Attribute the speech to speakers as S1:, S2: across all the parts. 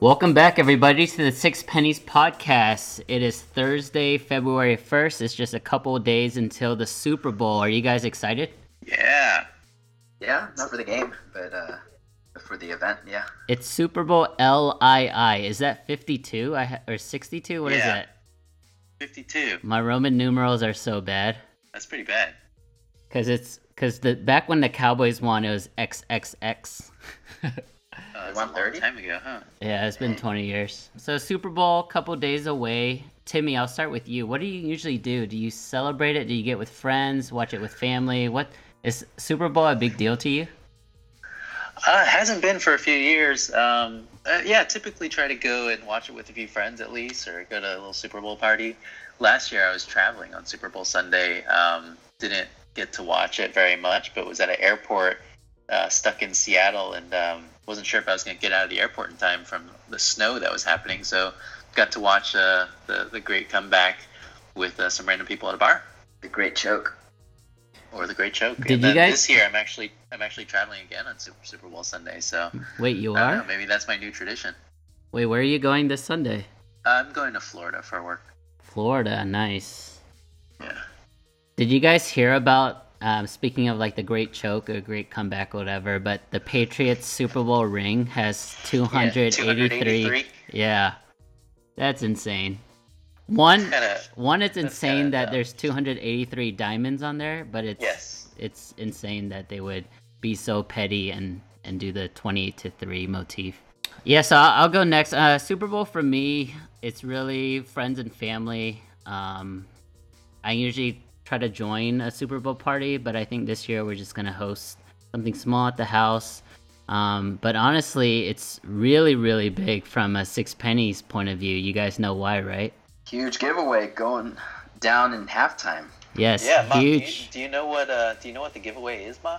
S1: Welcome back, everybody, to the Six Pennies Podcast. It is Thursday, February 1st. It's just a couple of days until the Super Bowl. Are you guys excited?
S2: Yeah.
S3: Yeah, not for the game, but uh, for the event, yeah.
S1: It's Super Bowl LII. Is that 52 I ha- or 62? What is
S2: Yeah.
S1: that?
S2: 52.
S1: My Roman numerals are so bad.
S2: That's pretty bad.
S1: Because it's. Because the back when the Cowboys won, it was XXX.
S2: Uh, that's a long
S3: 130?
S2: time ago, huh?
S1: Yeah, it's been 20 years. So Super Bowl, couple days away. Timmy, I'll start with you. What do you usually do? Do you celebrate it? Do you get with friends? Watch it with family? What is Super Bowl a big deal to you?
S2: Uh, it hasn't been for a few years. Um, uh, yeah, typically try to go and watch it with a few friends at least, or go to a little Super Bowl party. Last year I was traveling on Super Bowl Sunday. Um, didn't get to watch it very much, but was at an airport uh, stuck in Seattle and um, wasn't sure if I was going to get out of the airport in time from the snow that was happening. So got to watch uh, the, the great comeback with uh, some random people at a bar.
S3: The great choke.
S2: or the Great Choke.
S1: Did
S2: and
S1: you
S2: then
S1: guys-
S2: This year, I'm actually I'm actually traveling again on Super, Super Bowl Sunday, so
S1: Wait, you
S2: I don't know,
S1: are?
S2: maybe that's my new tradition.
S1: Wait, where are you going this Sunday?
S2: I'm going to Florida for work.
S1: Florida, nice.
S2: Yeah.
S1: Did you guys hear about, um, speaking of like the great choke or great comeback or whatever, but the Patriots Super Bowl ring has 283. Yeah. That's insane. One.
S2: Kind of
S1: One, it's
S2: That's
S1: insane
S2: kinda
S1: that
S2: dumb.
S1: there's 283 diamonds on there, but it's
S2: yes.
S1: it's insane that they would be so petty and and do the 20 to 3 motif. Yeah, so I'll, I'll go next. Uh, Super Bowl for me, it's really friends and family. Um, I usually try to join a Super Bowl party, but I think this year we're just gonna host something small at the house. Um, but honestly, it's really, really big from a six pennies point of view. You guys know why, right?
S3: Huge giveaway going down in halftime.
S1: Yes,
S2: Yeah, Mom, do you,
S1: huge.
S2: do you know what uh, do you know what the giveaway is, Ma?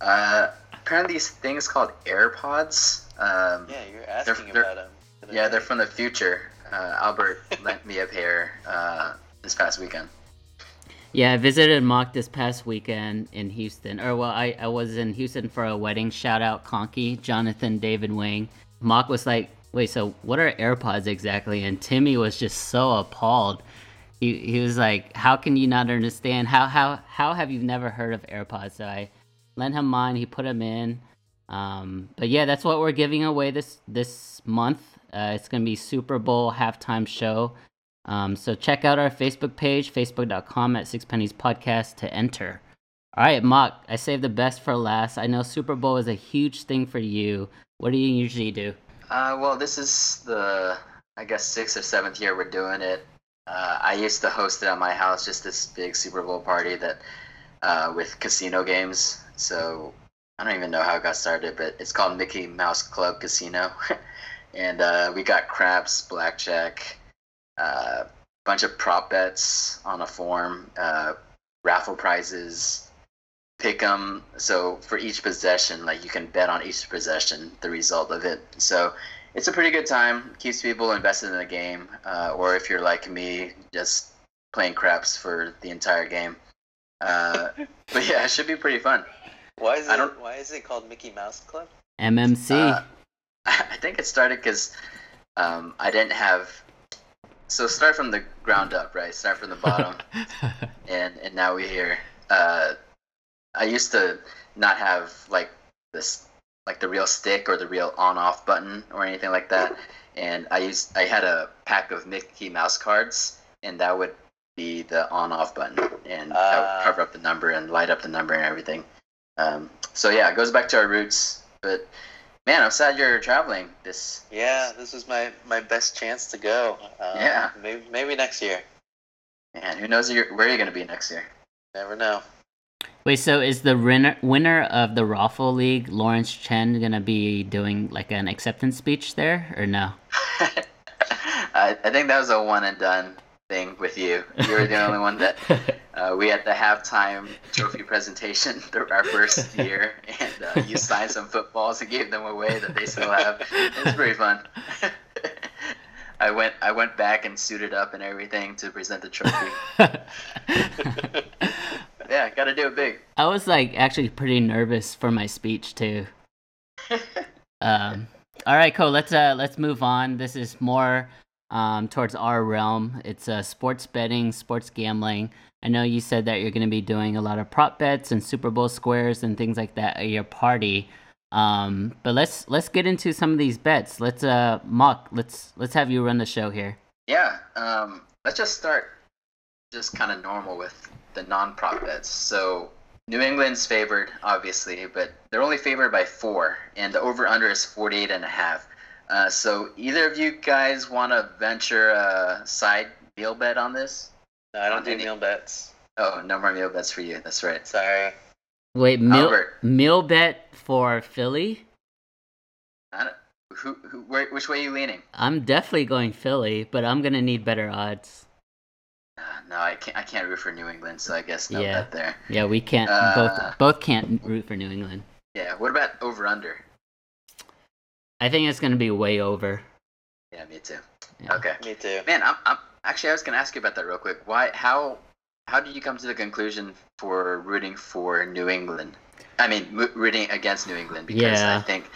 S3: Uh, apparently, these things called AirPods. Um,
S2: Yeah, you're asking
S3: they're-
S2: about um, them.
S3: yeah, they're from the future. Uh, Albert lent me a pair uh, this past weekend.
S1: Yeah, I visited Mock this past weekend in Houston. Or, well, I, I was in Houston for a wedding. Shout out Conky, Jonathan, David Wing. Mock was like, wait, so what are AirPods exactly? And Timmy was just so appalled. He, he was like, how can you not understand? How, how, how have you never heard of AirPods? So I lent him mine. He put them in. Um, but yeah, that's what we're giving away this, this month. Uh, it's going to be Super Bowl halftime show. Um, so check out our Facebook page, facebook.com at Sixpennies Podcast to enter. All right, Mock, I saved the best for last. I know Super Bowl is a huge thing for you. What do you usually do?
S3: Uh, well, this is the I guess sixth or seventh year we're doing it. Uh, I used to host it at my house, just this big Super Bowl party that uh, with casino games. So I don't even know how it got started, but it's called Mickey Mouse Club Casino, and uh, we got craps, blackjack, a uh, bunch of prop bets on a form, uh, raffle prizes. Pick 'em. So for each possession, like you can bet on each possession, the result of it. So it's a pretty good time. Keeps people invested in the game, uh, or if you're like me, just playing craps for the entire game. Uh, but yeah, it should be pretty fun.
S2: Why is it
S3: I don't-
S2: Why is it called Mickey Mouse Club?
S1: MMC.
S3: Uh, I think it started because um, I didn't have. So start from the ground up, right? Start from the bottom, and and now we're here. Uh, I used to not have like this, like the real stick or the real on-off button or anything like that. And I used I had a pack of Mickey Mouse cards, and that would be the on-off button, and that
S2: Ah.
S3: would cover up the number and light up the number and everything. Um, so yeah, it goes back to our roots, but Man, I'm sad you're traveling. This
S2: Yeah, this was my my best chance to go. Uh,
S3: Yeah.
S2: maybe maybe next year.
S3: man, who knows you're, where you're gonna be next year?
S2: Never know.
S1: Wait, so is the winner, winner of the Raffle League, Lawrence Chen, going to be doing like an acceptance speech there or no?
S3: I, I think that was a one and done thing with you. You were the only one that uh, we had the halftime trophy presentation the, our first year, and uh, you signed some footballs and gave them away that they still have. It was pretty fun. I went I went back and suited up and everything to present the trophy. yeah, gotta do it big.
S1: I was like actually pretty nervous for my speech too. um, All right, cool. Let's uh let's move on. This is more um towards our realm. It's uh sports betting, sports gambling. I know you said that you're going to be doing a lot of prop bets and Super Bowl squares and things like that at your party. Um, but let's let's get into some of these bets. Let's uh mock. Let's let's have you run the show here.
S3: Yeah. Um, let's just start just kind of normal with the non-prop bets. So New England's favored, obviously, but they're only favored by four, and the over/under is 48 and a half. Uh, so either of you guys want to venture a side meal bet on this?
S2: No, I don't do meal bets.
S3: Oh, no more meal bets for you. That's right.
S2: Sorry.
S1: Wait, meal
S3: Albert.
S1: meal bet for Philly?
S3: I don't, who, who, where, which way are you leaning?
S1: I'm definitely going Philly, but I'm gonna need better odds.
S3: Uh, no, I can't. I can't root for New England, so I guess no
S1: Yeah.
S3: bet there.
S1: Yeah, we can't
S3: Uh.
S1: both both can't root for New England.
S3: Yeah. What about over under?
S1: I think it's gonna be way over.
S3: Yeah, me too.
S1: Yeah.
S3: Okay.
S2: Me too.
S3: Man, I'm, I'm actually I was gonna ask you about that real quick. Why? How? How did you come to the conclusion for rooting for New England? I mean, mo- rooting against New England because
S1: Yeah.
S3: I think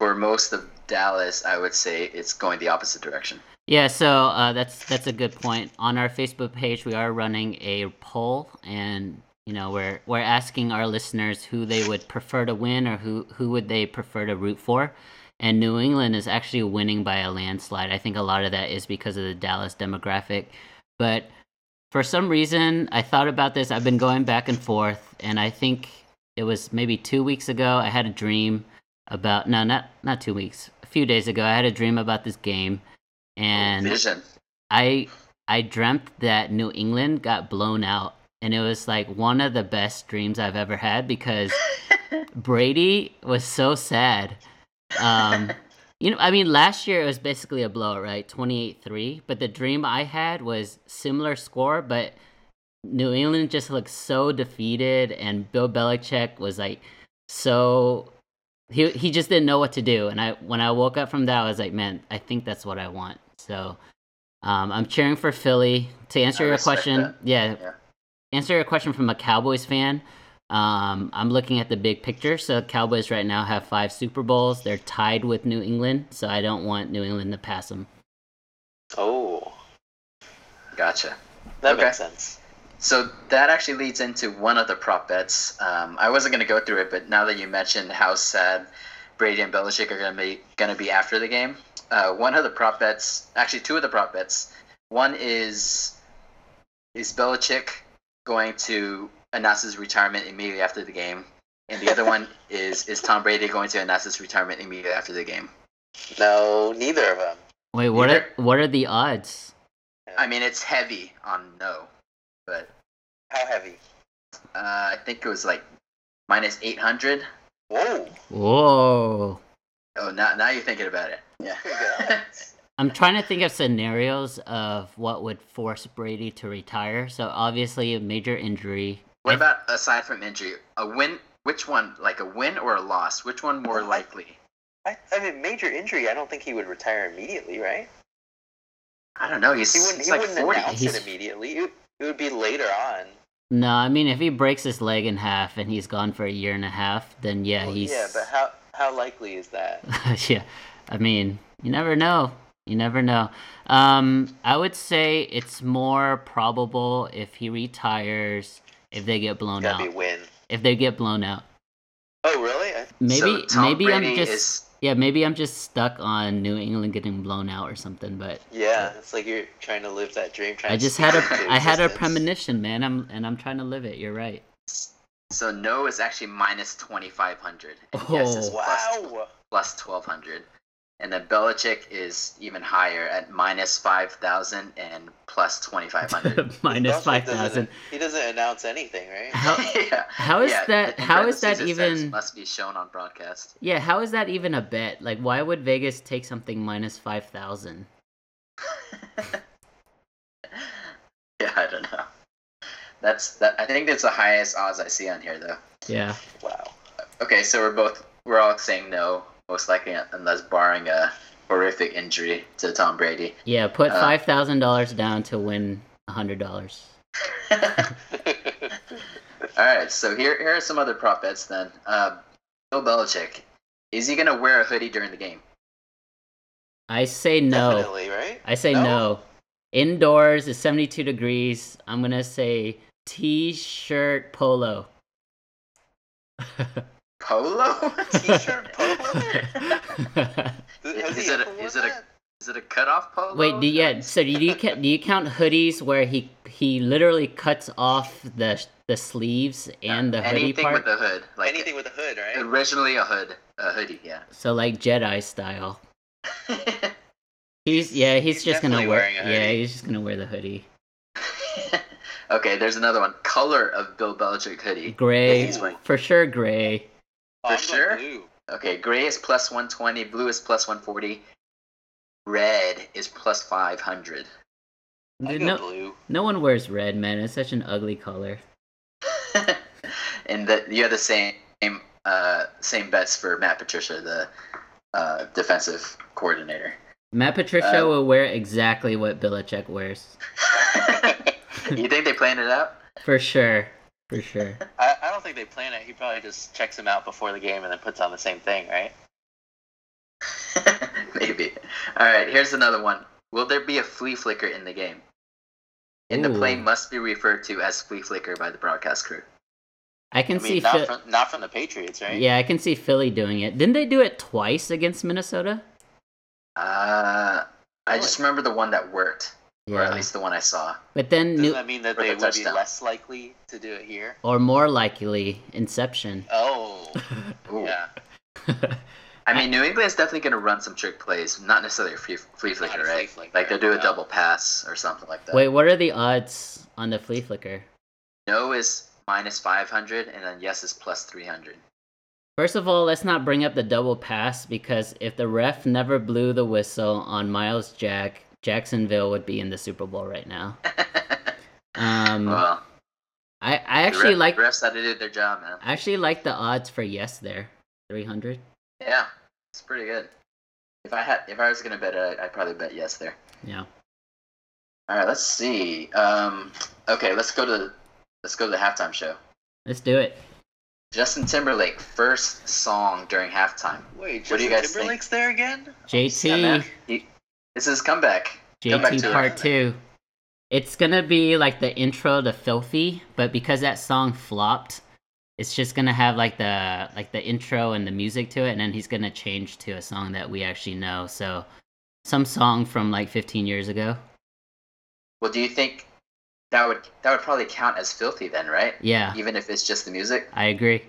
S3: for most of Dallas, I would say it's going the opposite direction.
S1: Yeah, so uh, that's that's a good point. On our Facebook page, we are running a poll, and you know we're we're asking our listeners who they would prefer to win or who who would they prefer to root for. And New England is actually winning by a landslide. I think a lot of that is because of the Dallas demographic, but for some reason, I thought about this. I've been going back and forth, and I think it was maybe two weeks ago. I had a dream about no, not not two weeks. A few days ago, I had a dream about this game, and
S3: Vision.
S1: I I dreamt that New England got blown out, and it was like one of the best dreams I've ever had because Brady was so sad. Um, you know, I mean, last year it was basically a blowout, right? Twenty eight three. But the dream I had was similar score, but New England just looked so defeated, and Bill Belichick was like so. He, he just didn't know what to do, and I when I woke up from that, I was like, man, I think that's what I want. So, um, I'm cheering for Philly. To answer
S3: I
S1: your
S3: respect
S1: question,
S3: that.
S1: yeah,
S3: Yeah.
S1: answer your question from a Cowboys fan. Um, I'm looking at the big picture. So Cowboys right now have five Super Bowls. They're tied with New England. So I don't want New England to pass them.
S2: Oh,
S3: Gotcha.
S2: that
S3: Okay.
S2: makes sense.
S3: So that actually leads into one of the prop bets. Um, I wasn't going to go through it, but now that you mentioned how sad Brady and Belichick are going to be going to be after the game, uh, one of the prop bets, actually two of the prop bets. One is is Belichick going to announce his retirement immediately after the game, and the other one is is Tom Brady going to announce his retirement immediately after the game.
S2: No, neither of them.
S1: Wait, what
S3: Yeah.
S1: are what are the odds?
S3: I mean, it's heavy on no, but
S2: How heavy?
S3: uh, I think it was like minus eight hundred.
S2: Whoa.
S1: Whoa!
S3: Oh, now now you're thinking about it.
S2: Yeah.
S1: I'm trying to think of scenarios of what would force Brady to retire. So obviously a major injury.
S3: What
S1: I-
S3: about aside from injury, a win? Which one, like a win or a loss? Which one more likely?
S2: I, I mean, major injury. I don't think he would retire immediately, right?
S3: I don't know. He's,
S2: He wouldn't.
S3: he's
S2: He
S3: like
S2: wouldn't
S3: forty.
S2: announce
S1: He's-
S2: it immediately. It, it would be later on.
S1: No, I mean if he breaks his leg in half and he's gone for a year and a half, then yeah,
S2: Well,
S1: he's Oh,
S2: Yeah, but how how likely is that?
S1: yeah, I mean, you never know. You never know. Um, I would say it's more probable if he retires if they get blown
S2: Gotta
S1: out.
S2: be win.
S1: If they get blown out,
S2: Oh, really? I,
S1: maybe
S3: So Tom
S1: maybe I'm
S3: Brady
S1: just
S3: is-
S1: yeah, maybe I'm just stuck on New England getting blown out or something. But
S2: yeah, it's like you're trying to live that dream. Trying
S1: I
S2: to
S1: just
S2: speak
S1: had
S2: it into
S1: a I had a
S2: existence.
S1: premonition, man. I'm and I'm trying to live it. You're right.
S3: So no is actually minus twenty five hundred. Yes, is
S1: Oh.
S3: plus,
S2: Wow.
S3: plus twelve hundred. And then Belichick is even higher at minus five thousand and plus twenty five hundred.
S1: Minus
S2: Belichick
S1: five
S2: doesn't-
S1: thousand.
S2: He doesn't announce anything, right?
S1: How
S3: yeah.
S1: how is
S3: Yeah,
S1: that
S3: in
S1: how is that
S3: parentheses it says
S1: even?
S3: must be shown on broadcast?
S1: Yeah, how is that even a bet? Like, why would Vegas take something minus 5,000?
S3: Yeah, I don't know. That's that. I think that's the highest odds I see on here though.
S1: Yeah.
S2: Wow.
S3: Okay, so we're both we're all saying no, most likely unless barring a horrific injury to Tom Brady.
S1: Yeah, put
S3: Uh,
S1: $5,000 down to win $100.
S3: all right, so here here are some other prop bets then. Uh, Bill Belichick, is he gonna wear a hoodie during the game?
S1: I say no.
S2: Definitely, right?
S1: I say no. Indoors is 72 degrees. I'm going to say t-shirt polo.
S3: Polo?
S2: T-shirt polo? Has
S3: Is
S2: he
S3: it a-
S2: ever worn
S3: is it a-
S2: that?
S3: Is it a cutoff polo?
S1: Wait, do you, yeah, so do you ca- do you count hoodies where he he literally cuts off the the sleeves and the hoodie
S3: anything
S1: part?
S3: with a hood, like
S2: anything with a hood, right? Oh,
S3: originally a hood, a hoodie, yeah.
S1: So like Jedi style. He's yeah, he's,
S2: He's
S1: just gonna wear
S2: definitely wearing a
S1: yeah,
S2: hoodie.
S1: he's just gonna wear the hoodie.
S3: okay, there's another one. Color of Bill Belichick hoodie.
S1: Gray,
S2: he's wearing-
S1: for sure. Gray.
S2: Oh, I'm
S3: for
S2: going
S3: sure.
S2: blue.
S3: Okay, gray is plus 120, blue is plus 140, red is plus 500.
S2: I
S1: Dude,
S2: go
S1: No,
S2: blue.
S1: no one wears red, man. It's such an ugly color.
S3: and the, you have the same uh, same bets for Matt Patricia, the uh, defensive coordinator.
S1: Matt Patricia
S3: Uh,
S1: will wear exactly what Belichick wears,
S3: you think they planned it out?
S1: for sure, for sure.
S2: I, I don't think they plan it. He probably just checks him out before the game and then puts on the same thing, right?
S3: Maybe. All right, here's another one. Will there be a flea flicker in the game? And the
S1: Ooh.
S3: play must be referred to as flea flicker by the broadcast crew.
S1: I can
S2: I
S1: see,
S2: mean,
S1: Phil-
S2: not from not from the Patriots, right?
S1: yeah, I can see Philly doing it. Didn't they do it twice against Minnesota?
S3: Uh, I just remember the one that worked, or at
S1: Yeah,
S3: least the one I saw.
S1: but then
S2: Doesn't
S1: new
S2: that mean that
S3: Or
S2: they
S3: the
S2: would be
S3: touchdown.
S2: less likely to do it here?
S1: or more likely Inception.
S2: Oh,
S3: Ooh.
S2: yeah.
S3: I mean, New England's definitely going to run some trick plays, not necessarily a flea, flea
S2: Not a
S3: flicker,
S2: flea
S3: right?
S2: flicker,
S3: like they'll do a
S2: no.
S3: double pass or something like that.
S1: Wait, what are the odds on the flea flicker?
S3: No is minus 500, and then yes is plus 300.
S1: First of all, let's not bring up the double pass because if the ref never blew the whistle on Miles Jack, Jacksonville would be in the Super Bowl right now. Um,
S3: well,
S1: I, I
S3: the
S1: actually
S3: ref-
S1: like
S3: refs that did their job, man.
S1: I actually like the odds for yes there, three hundred.
S3: Yeah, it's pretty good. If I had, if I was gonna bet it, I'd, I'd probably bet yes there.
S1: Yeah.
S3: All right, let's see. Um, okay, let's go to let's go to the halftime show.
S1: Let's do it.
S3: Justin Timberlake first song during halftime.
S2: Wait,
S3: What do
S2: Justin
S3: you guys think?
S2: Timberlake's there again?
S1: JT,
S3: He, this is his comeback. Come back to
S1: JT
S3: it.
S1: part two. It's gonna be like the intro to Filthy, but because that song flopped, it's just gonna have like the like the intro and the music to it, and then he's gonna change to a song that we actually know. So, some song from like 15 years ago.
S3: Well, do you think that would that would probably count as filthy then, right?
S1: Yeah,
S3: Even if it's just the music.
S1: I agree.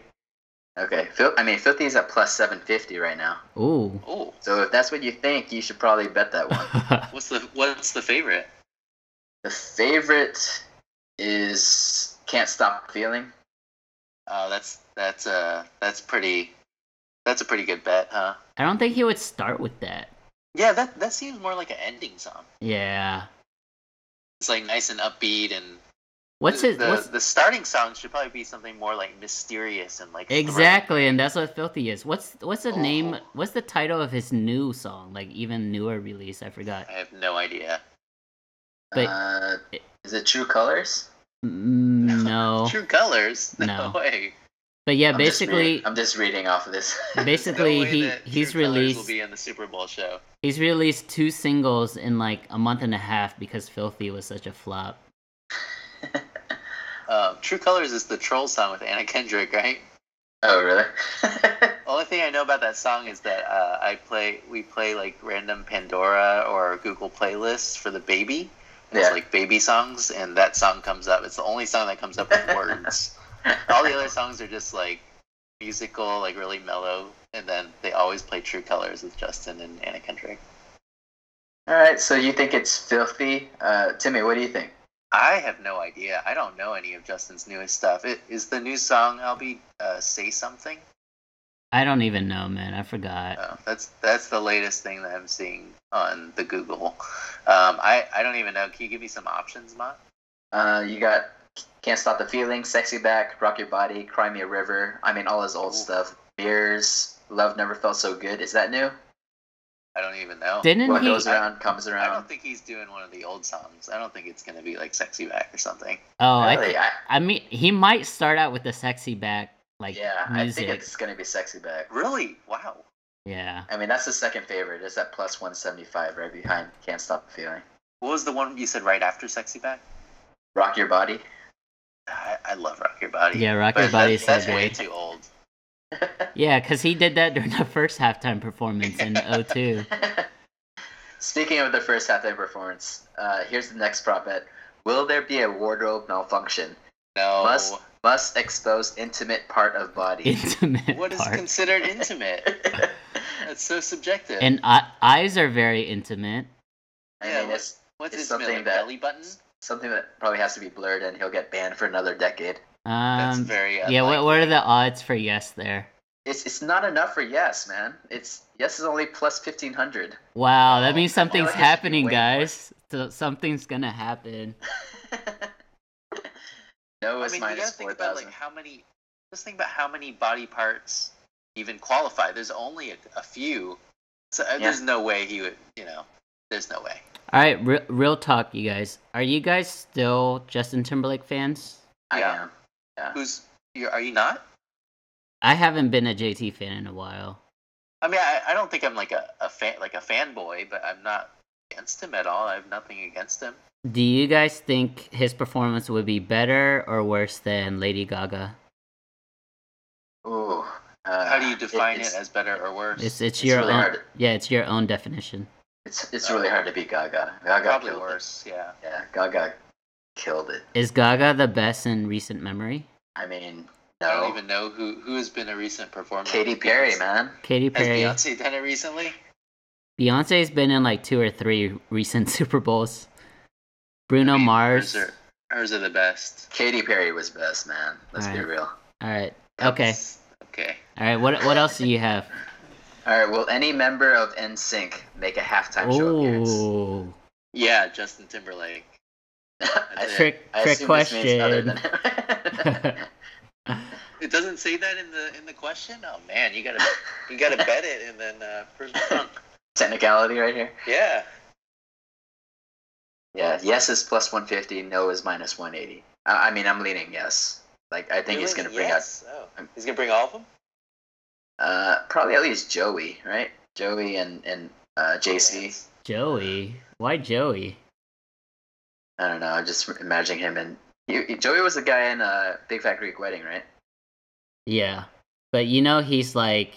S3: Okay, Fil- I mean filthy is at plus seven fifty right now.
S1: Ooh,
S2: Oh,
S3: So if that's what you think, you should probably bet that one.
S2: what's the what's the favorite?
S3: the favorite is "Can't Stop Feeling."
S2: Oh, that's that's uh that's pretty. That's a pretty good bet, huh?
S1: I don't think he would start with that.
S2: Yeah, that that seems more like an ending song.
S1: Yeah.
S2: It's like nice and upbeat, and
S1: What's
S2: the,
S1: his?
S2: the,
S1: What's
S2: the starting song should probably be something more like mysterious and like
S1: exactly? And that's what Filthy is. What's what's the name?
S2: Oh.
S1: What's the title of his new song? Like even newer release? I forgot.
S2: thrilling. I have no idea.
S1: But-
S3: uh, is it True Colors?
S1: Mm,
S3: Oh.
S1: No.
S2: True Colors. No,
S1: No.
S2: way.
S1: But yeah,
S3: I'm just
S1: basically,
S3: reading- I'm just reading off of this.
S1: basically
S2: no way
S1: he
S2: that
S1: he's
S2: True Colors will
S1: released
S2: be in the Super Bowl show.
S1: he's released two singles in like a month and a half because Filthy was such a flop.
S2: Um, True Colors is the troll song with Anna Kendrick, right?
S3: oh, really?
S2: Only thing I know about that song is that uh, I play we play like random Pandora or Google playlists for the baby. It's
S3: yeah.
S2: like baby songs, and that song comes up. It's the only song that comes up with words. All the other songs are just like musical, like really mellow, and then they always play True Colors with Justin and Anna Kendrick.
S3: All right. So you think it's filthy, uh, Timmy? What do you think?
S2: I have no idea. I don't know any of Justin's newest stuff. It is the new song. I'll be uh, say something.
S1: I don't even know, man. I forgot.
S2: Oh, that's that's the latest thing that I'm seeing on the Google. Um, I I don't even know. Can you give me some options, Mont?
S3: Uh, you got "Can't Stop the Feeling," "Sexy Back," "Rock Your Body," "Cry Me a River." I mean, all his old stuff. Mirrors, "Love Never Felt So Good." Is that new?
S2: I don't even know.
S1: Didn't
S3: what
S1: he?
S3: goes around comes
S2: I don't
S3: around.
S2: think he's doing one of the old songs. I don't think it's gonna be like "Sexy Back" or something.
S1: oh, I,
S3: Really,
S1: th-
S3: I,
S1: I mean, he might start out with the sexy back like
S3: yeah, I
S1: music.
S3: think it's gonna be "Sexy Back."
S2: Really? Wow.
S1: Yeah.
S3: I mean, that's the second favorite. Is that plus 175 right behind Can't Stop the Feeling?
S2: What was the one you said right after Sexy Back?
S3: Rock Your Body?
S2: I, I love Rock Your Body.
S1: Yeah, Rock Your
S2: but
S1: Body
S2: That's,
S1: is so
S2: that's way
S1: good.
S2: too old.
S1: Yeah, because he did that during the first halftime performance in 02.
S3: Speaking of the first halftime performance, uh, here's the next prop bet. Will there be a wardrobe malfunction?
S2: No.
S3: Must- Must expose intimate part of body.
S1: Intimate
S2: what is
S1: part.
S2: considered intimate? That's so subjective.
S1: and I- eyes are very intimate.
S3: I
S2: Yeah,
S3: mean, it's
S2: What's
S3: it's
S2: his middle,
S3: something
S2: like
S3: that-
S2: belly button?
S3: something that probably has to be blurred, and he'll get banned for another decade.
S2: That's
S1: Um,
S2: very.
S3: uh,
S1: yeah,
S2: unlikely.
S1: what, what are the odds for yes there?
S3: It's it's not enough for yes, man. It's yes is only plus fifteen hundred.
S1: Wow, that
S2: Oh,
S1: means
S3: come on,
S1: something's
S3: I should be
S1: happening,
S3: way more.
S1: guys. So something's gonna happen.
S3: no
S2: I
S3: is
S2: mean, you gotta
S3: minus
S2: think
S3: four
S2: about
S3: thousand.
S2: like how many. Just think about how many body parts even qualify. There's only a, a few, so uh,
S3: Yeah.
S2: there's no way he would. You know, there's no way.
S1: All right, re- real talk, you guys. Are you guys still Justin Timberlake fans?
S3: I
S2: yeah.
S3: am. Uh.
S2: Who's? You're, are you not?
S1: I haven't been a JT fan in a while.
S2: I mean, I, I don't think I'm like a, a fan, like a fanboy, but I'm not against him at all. I have nothing against him.
S1: Do you guys think his performance would be better or worse than Lady Gaga?
S3: Ooh. Uh,
S2: How do you define it,
S3: it's,
S2: as better or worse?
S1: It's it's,
S3: It's
S1: your
S3: really
S1: own,
S3: hard.
S1: yeah, it's your own definition.
S3: It's it's really hard to beat Gaga. Gaga
S2: Probably
S3: killed it.
S2: worse. Yeah.
S3: Yeah, Gaga killed it.
S1: Is Gaga the best in recent memory?
S3: I mean,
S2: I don't
S3: no.
S2: even know who who has been a recent performer.
S3: Katy Perry,
S2: Beyonce.
S3: man.
S1: Katy
S2: Has
S1: Perry.
S2: Beyonce done it recently?
S1: Beyonce's been in like two or three recent Super Bowls. Bruno
S2: I mean,
S1: Mars.
S2: Hers are, hers are the best.
S3: Katy Perry was best, man. Let's be
S1: Alright.
S3: real.
S1: All right. Okay.
S2: That's- Okay.
S1: All right. What what else do you have?
S3: All right. Will any member of NSYNC make a halftime show appearance?
S1: Oh,
S2: Yeah, Justin Timberlake.
S3: I,
S2: That's it.
S1: trick
S3: I
S1: trick
S3: assume this means other
S1: question.
S3: than
S2: It doesn't say that in the in the question. Oh man, you gotta you gotta bet it and then uh, prove it wrong.
S3: technicality right here.
S2: Yeah.
S3: Yeah. Yes is plus one fifty. No is minus one eighty. I, I mean, I'm leaning yes. Like I think he's
S2: Really?
S3: gonna bring
S2: yes. Oh. He's gonna bring all of them.
S3: out uh, probably at least Joey, right? Joey and and
S2: Oh,
S3: uh, JC.
S1: Joey. Why Joey?
S3: I don't know. I'm just imagining him and he, he- Joey was the guy in uh, Big Fat Greek Wedding, right?
S1: Yeah. But you know he's like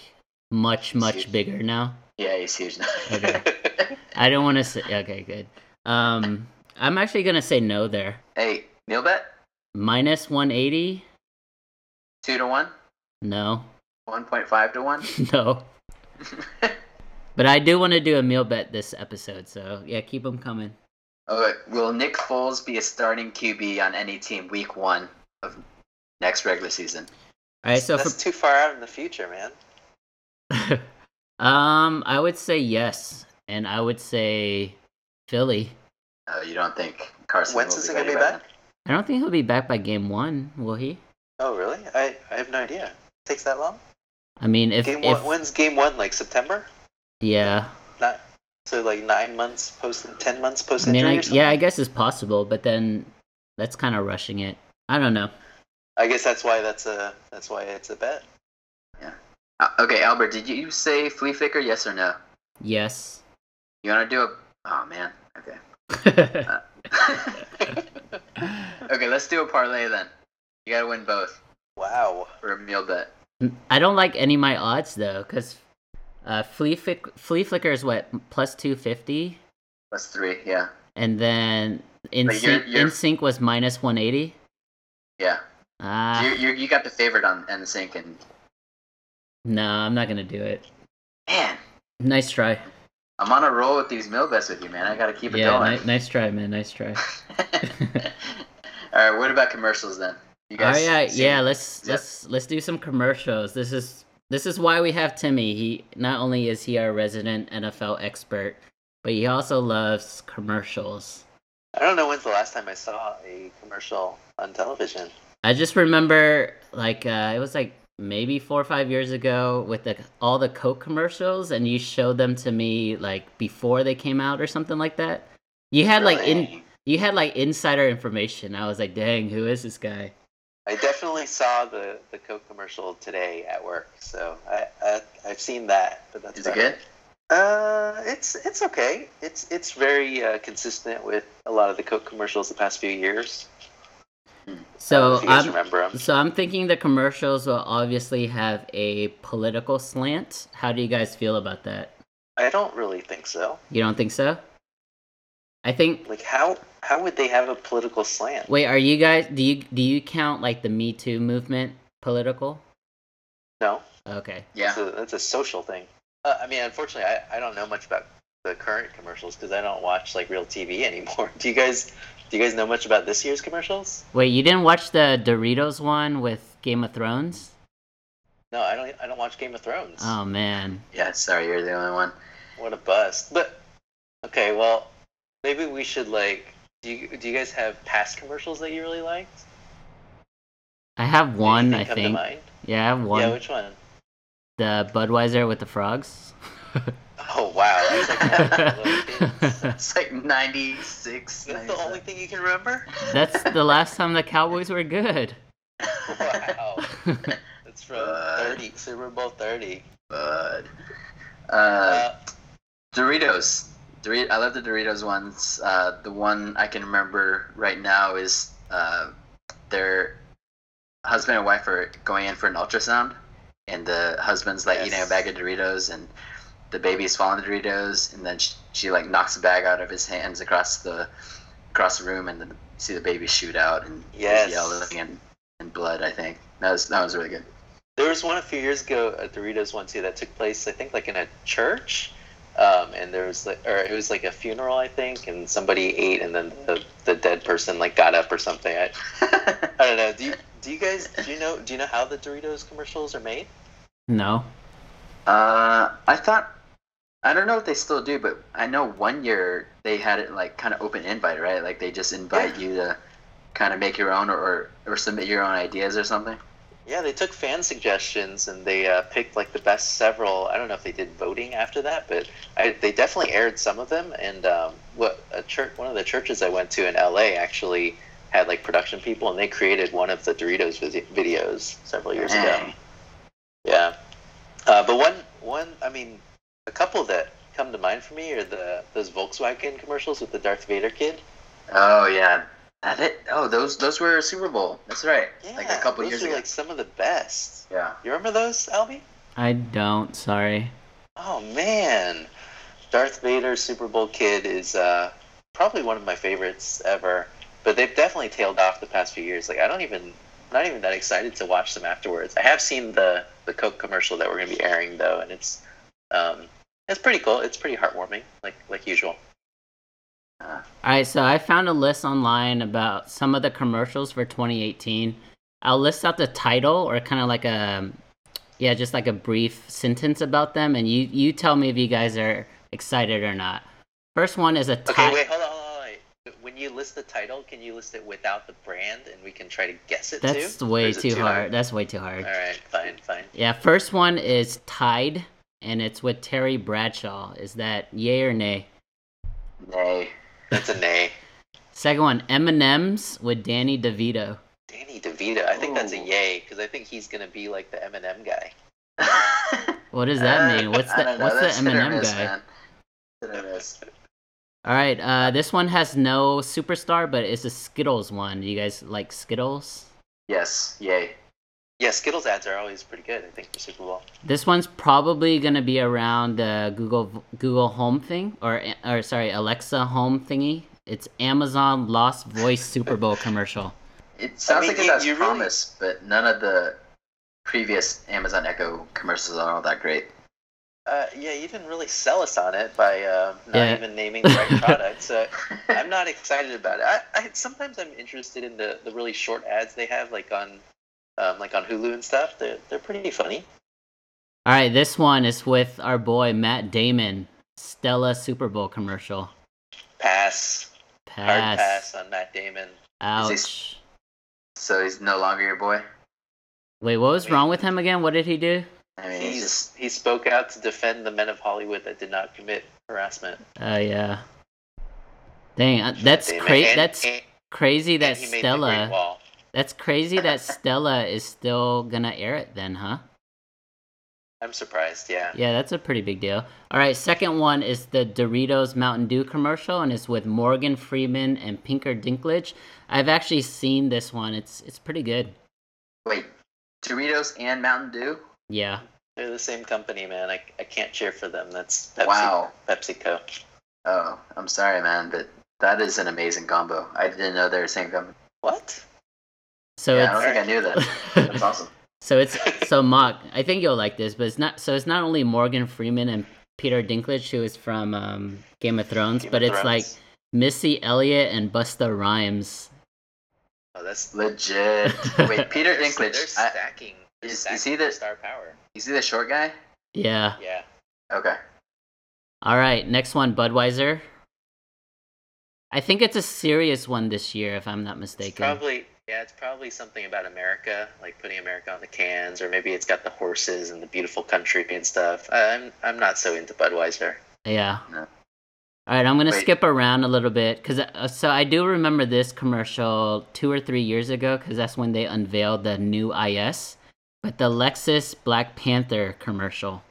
S1: much much
S3: Huge.
S1: bigger now.
S3: Yeah, he's huge. now.
S1: Okay. I don't want to say. Okay, good. Um, I'm actually gonna say no there.
S3: hey, Neil bet
S1: Minus 180.
S3: two to one,
S1: No,
S3: one point five to one.
S1: no. But I do want to do a meal bet this episode, so yeah, keep them coming.
S3: Okay, will Nick Foles be a starting QB on any team week one of next regular season?
S1: All right, so
S2: That's too far out in the future, man.
S1: for, um, I would say yes, and I would say Philly.
S3: Uh, you don't think Carson
S2: Wentz
S3: will
S2: isn't
S3: be
S2: gonna
S3: ready
S2: be
S3: by
S2: back?
S3: then?
S1: I don't think he'll be back by game one, will he?
S2: Oh really? I I have no idea. Takes that long?
S1: I mean, if,
S2: game
S1: if
S2: one, when's game one? Like September?
S1: yeah,
S2: Not so like nine months post, ten months post
S1: I mean,
S2: injury.
S1: I, yeah, I guess it's possible, but then that's kind of rushing it. I don't know.
S2: I guess that's why that's a that's why it's a bet.
S3: Uh, okay, Albert, did you say flea flicker? Yes or no?
S1: Yes.
S3: You want to do a? Oh man. Okay. okay, let's do a parlay then. You gotta win both
S2: Wow.
S3: for a meal bet.
S1: I don't like any of my odds though, because uh, flea flick flea flicker is what plus two fifty,
S3: Plus three. Yeah.
S1: and then in
S3: But you're-
S1: sync
S3: you're-
S1: in sync was minus one eighty.
S3: Yeah.
S1: Ah,
S3: you, you you got the favorite on NSYNC and
S1: no, I'm not gonna do it.
S3: man,
S1: Nice try.
S3: I'm on a roll with these meal bets with you, man. I gotta keep it
S1: Yeah,
S3: going.
S1: ni- nice try, man. Nice try.
S3: All right, what about commercials then? You
S1: All right,
S3: seen-
S1: Oh, yeah. Let's
S3: yeah.
S1: let's let's do some commercials. This is this is why we have Timmy. He not only is he our resident NFL expert, but he also loves commercials.
S2: I don't know when's the last time I saw a commercial on television.
S1: I just remember like uh, it was like maybe four or five years ago with the, all the Coke commercials, and you showed them to me like before they came out or something like that. You had like in
S3: Really?
S1: you had like insider information. I was like, dang, who is this guy?
S2: I definitely saw the the Coke commercial today at work, so I, I I've seen that. But that's
S3: Is it
S2: about
S3: good?
S2: Uh, it's it's okay. It's it's very uh, consistent with a lot of the Coke commercials the past few years.
S1: So
S2: if Oh, you guys
S1: I'm
S2: remember 'em.
S1: so I'm thinking the commercials will obviously have a political slant. How do you guys feel about that?
S2: I don't really think so.
S1: You don't think so? I think.
S2: Like how how would they have a political slant?
S1: Wait, are you guys? Do you do you count like the Me Too movement political?
S2: No,
S1: Okay.
S3: Yeah.
S2: that's, a, that's a social thing. Uh, I mean, unfortunately, I, I don't know much about the current commercials because I don't watch like real TV anymore. Do you guys do you guys know much about this year's commercials?
S1: Wait, you didn't watch the Doritos one with Game of Thrones?
S2: No, I don't. I don't watch Game of Thrones.
S1: Oh man.
S3: Yeah, sorry, you're the only one.
S2: What a bust. But okay, well, maybe we should like. Do you do you guys have past commercials that you really liked?
S1: I have one, I
S2: Anything come to
S1: think.
S2: mind?
S1: Yeah, I have one.
S2: Yeah, which one?
S1: The Budweiser with the frogs.
S2: Oh wow, that's like that's
S1: That's
S3: It's like 96.
S2: the only thing you can remember.
S1: the last time the Cowboys were good.
S2: Wow, that's from
S3: Uh,
S2: thirty Super Bowl thirty.
S3: Bud. Uh,
S2: Uh,
S3: Doritos. Dor- I love the Doritos ones. Uh, the one I can remember right now is uh, their husband and wife are going in for an ultrasound, and the husband's like
S2: Yes.
S3: eating a bag of Doritos, and the baby's swallowing the Doritos, and then she, she like knocks the bag out of his hands across the across the room, and then see the baby shoot out and
S2: Yes.
S3: there's yelling and, and blood. I think that was that was really good.
S2: there was one a few years ago, a Doritos one too, that took place I think like in a church. Um, and there was like, or it was like a funeral, I think, and somebody ate, and then the, the dead person like got up or something. I, I don't know. Do you do you guys do you know do you know how the Doritos commercials are made?
S1: No.
S3: Uh, I thought I don't know if they still do, but I know one year they had it like kind of open invite, right? Like they just invite you to kind of make your own or, or or submit your own ideas or something.
S2: Yeah, they took fan suggestions and they uh, picked like the best several. I don't know if they did voting after that, but I, they definitely aired some of them. And um, what a church, one of the churches I went to in LA actually had like production people, and they created one of the Doritos visi- videos several years ago.
S3: Dang.
S2: Yeah, uh, but one one I mean, a couple that come to mind for me are the those Volkswagen commercials with the Darth Vader kid.
S3: Oh yeah, that it. Oh, those those were Super Bowl. That's right.
S2: Yeah,
S3: like a couple
S2: those
S3: years
S2: are
S3: ago.
S2: like some of the best.
S3: Yeah.
S2: You remember those, Albie?
S1: I don't, sorry.
S2: Oh man, Darth Vader Super Bowl Kid is uh, probably one of my favorites ever. But they've definitely tailed off the past few years. Like I don't even, not even that excited to watch them afterwards. I have seen the the Coke commercial that we're gonna be airing though, and it's um, it's pretty cool. It's pretty heartwarming, like like usual.
S1: Alright, so I found a list online about some of the commercials for 2018. I'll list out the title or kind of like a, yeah, just like a brief sentence about them, and you, you tell me if you guys are excited or not. First one is a
S2: Okay,
S1: tie.
S2: wait, hold on, hold on. Wait. When you list the title, can you list it without the brand, and we can try to guess it
S1: That's
S2: too? Or
S1: way
S2: is it
S1: too hard. That's way too hard.
S2: All right, fine, fine.
S1: Yeah, first one is Tide, and it's with Terry Bradshaw. Is that yay or nay?
S3: Nay.
S2: That's a nay.
S1: Second one, M&M's with Danny DeVito.
S2: Danny DeVito. I think that's a
S3: Ooh.
S2: yay because I think he's gonna be like the Eminem guy.
S1: What does that
S3: Uh,
S1: mean? What's
S3: I
S1: the
S3: don't know.
S1: what's
S3: That's
S1: the
S3: hit or
S1: M&M
S3: miss,
S1: guy?
S3: man. Hit or miss.
S1: All right, uh, this one has no superstar, but it's a Skittles one. You guys like Skittles?
S3: Yes. Yay.
S2: Yeah, Skittles ads are always pretty good. I think for Super Bowl.
S1: This one's probably gonna be around the Google Google Home thing, or or sorry, Alexa Home thingy. It's Amazon Lost Voice Super Bowl commercial.
S3: It sounds
S2: mean,
S3: like it
S2: you-
S3: has
S2: you really-
S3: promise, but none of the previous Amazon Echo commercials are all that great.
S2: Uh, yeah, you didn't really sell us on it by uh, not
S1: Yeah.
S2: even naming the right product. So I'm not excited about it. I, I sometimes I'm interested in the, the really short ads they have, like on um, like on Hulu and stuff. They're they're pretty funny.
S1: All right, this one is with our boy Matt Damon, Stella Super Bowl commercial.
S2: Pass, hard
S1: Pass.
S2: pass on Matt Damon.
S1: Ouch.
S3: Is So he's no longer your boy.
S1: Wait, what was wrong with him again? What did he do?
S3: I mean, he's
S2: He's
S3: just
S2: he spoke out to defend the men of Hollywood that did not commit harassment.
S1: Oh yeah. Dang, uh, that's
S2: Damon.
S1: crazy.
S2: And-
S1: That's
S2: and-
S1: crazy. That
S2: and he made the Great
S1: Stella.
S2: Wall.
S1: That's crazy that Stella is still gonna air it then, huh?
S2: I'm surprised. Yeah.
S1: Yeah, that's a pretty big deal. All right, second one is the Doritos Mountain Dew commercial, and it's with Morgan Freeman and Pinker Dinklage. I've actually seen this one. It's it's pretty good.
S3: Wait, Doritos and Mountain Dew?
S1: Yeah.
S2: They're the same company, man. I, I can't cheer for them. That's Pepsi,
S3: Wow.
S2: PepsiCo.
S3: Oh, I'm sorry, man, but that is an amazing combo. I didn't know they were the same company.
S2: What?
S1: So
S3: yeah, I don't
S1: it's
S3: think I knew that. That's awesome.
S1: so it's so mock. I think you'll like this, but it's not. So it's not only Morgan Freeman and Peter Dinklage, who is from um, Game of Thrones,
S2: Game of
S1: but it's
S2: Thrones.
S1: like Missy Elliott and Busta Rhymes.
S2: Oh, that's
S3: Legit. Wait, Peter
S2: they're- They're
S3: Dinklage. I,
S2: stacking. They're
S3: is- is
S2: stacking
S3: he the-
S2: star power?
S3: is he the short guy?
S1: Yeah.
S2: Yeah.
S3: Okay.
S1: All right, next one, Budweiser. I think it's a serious one this year, if I'm not
S2: It's
S1: mistaken.
S2: probably yeah. It's probably something about America, like putting America on the cans, or maybe it's got the horses and the beautiful country and stuff. I'm I'm not so into Budweiser.
S1: Yeah.
S3: No.
S1: All right, I'm gonna
S3: Wait.
S1: skip around a little bit because uh, so I do remember this commercial two or three years ago because that's when they unveiled the new IS, but the Lexus Black Panther commercial.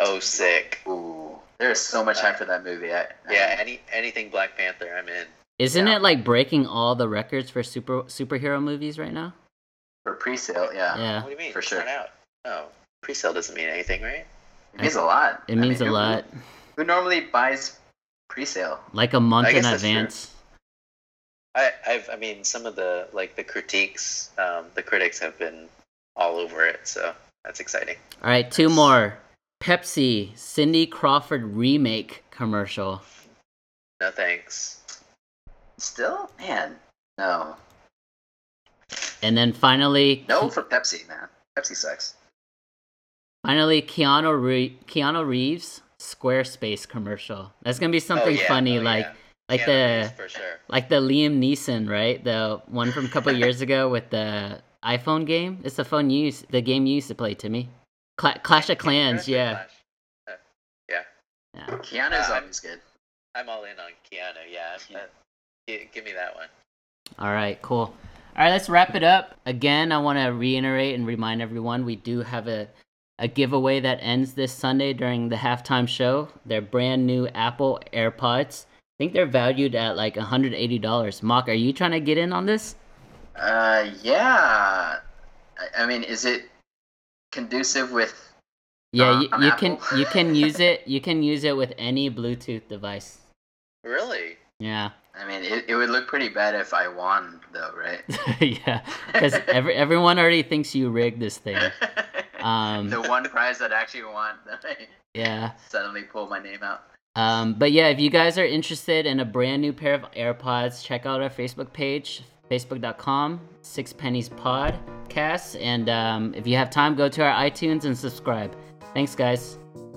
S2: Oh, sick.
S3: Ooh, there is so much hype for that movie. I, I-
S2: Uh, Yeah. Any anything Black Panther, I'm in.
S1: Isn't
S3: Yeah.
S1: it like breaking all the records for super superhero movies right now?
S3: for pre-sale, yeah,
S1: Yeah,
S2: What do you mean?
S3: for
S2: It's
S3: sure.
S2: not out. No, pre-sale doesn't mean anything, right?
S3: it means a lot.
S1: it
S3: I
S1: means
S3: mean,
S1: a
S3: who-
S1: lot,
S3: Who, normally buys pre-sale?
S1: like a month
S2: I
S1: in
S2: guess that's true.
S1: advance.
S2: I I've I mean some of the like the critiques, um, the critics have been all over it, so that's exciting.
S1: All right, two more. Pepsi Cindy Crawford remake commercial.
S2: No thanks.
S3: Still, man, no,
S1: And then finally,
S3: no for Pepsi, man. Pepsi sucks.
S1: finally Keanu Re- Keanu Reeves Squarespace commercial. That's going to be something
S2: Oh, yeah.
S1: funny
S2: Oh,
S1: like
S2: yeah.
S1: like
S2: Yeah,
S1: the
S2: for sure.
S1: like the Liam Neeson, right? The one from a couple years ago with the iPhone game. It's the phone you used, the game you used to play, Timmy. Cla- Clash of Clans, yeah.
S2: Clash.
S1: yeah.
S3: Keanu's
S2: Uh,
S3: always good.
S2: I'm all in on Keanu. Yeah, I'm- uh, gi- give me that one.
S1: All right, cool. All right, let's wrap it up. Again, I want to reiterate and remind everyone we do have a a giveaway that ends this Sunday during the halftime show. They're brand new Apple AirPods. I think they're valued at like $180. Mock, are you trying to get in on this?
S3: Uh, yeah. I, I mean, is it conducive with?
S1: Yeah, you,
S3: Um,
S1: you can
S3: Apple.
S1: you can use it. You can use it with any Bluetooth device.
S2: Really?
S1: Yeah.
S3: I mean, it, it would look pretty bad if I won, though, right?
S1: yeah. Cuz every, everyone already thinks you rigged this thing.
S3: the
S1: Um
S3: one prize that I actually won, then I
S1: yeah.
S3: suddenly pull my name out.
S1: Um, but yeah, if you guys are interested in a brand new pair of AirPods, check out our Facebook page, facebook.com, Six Pennies Podcast. And um, if you have time, go to our iTunes and subscribe. Thanks, guys.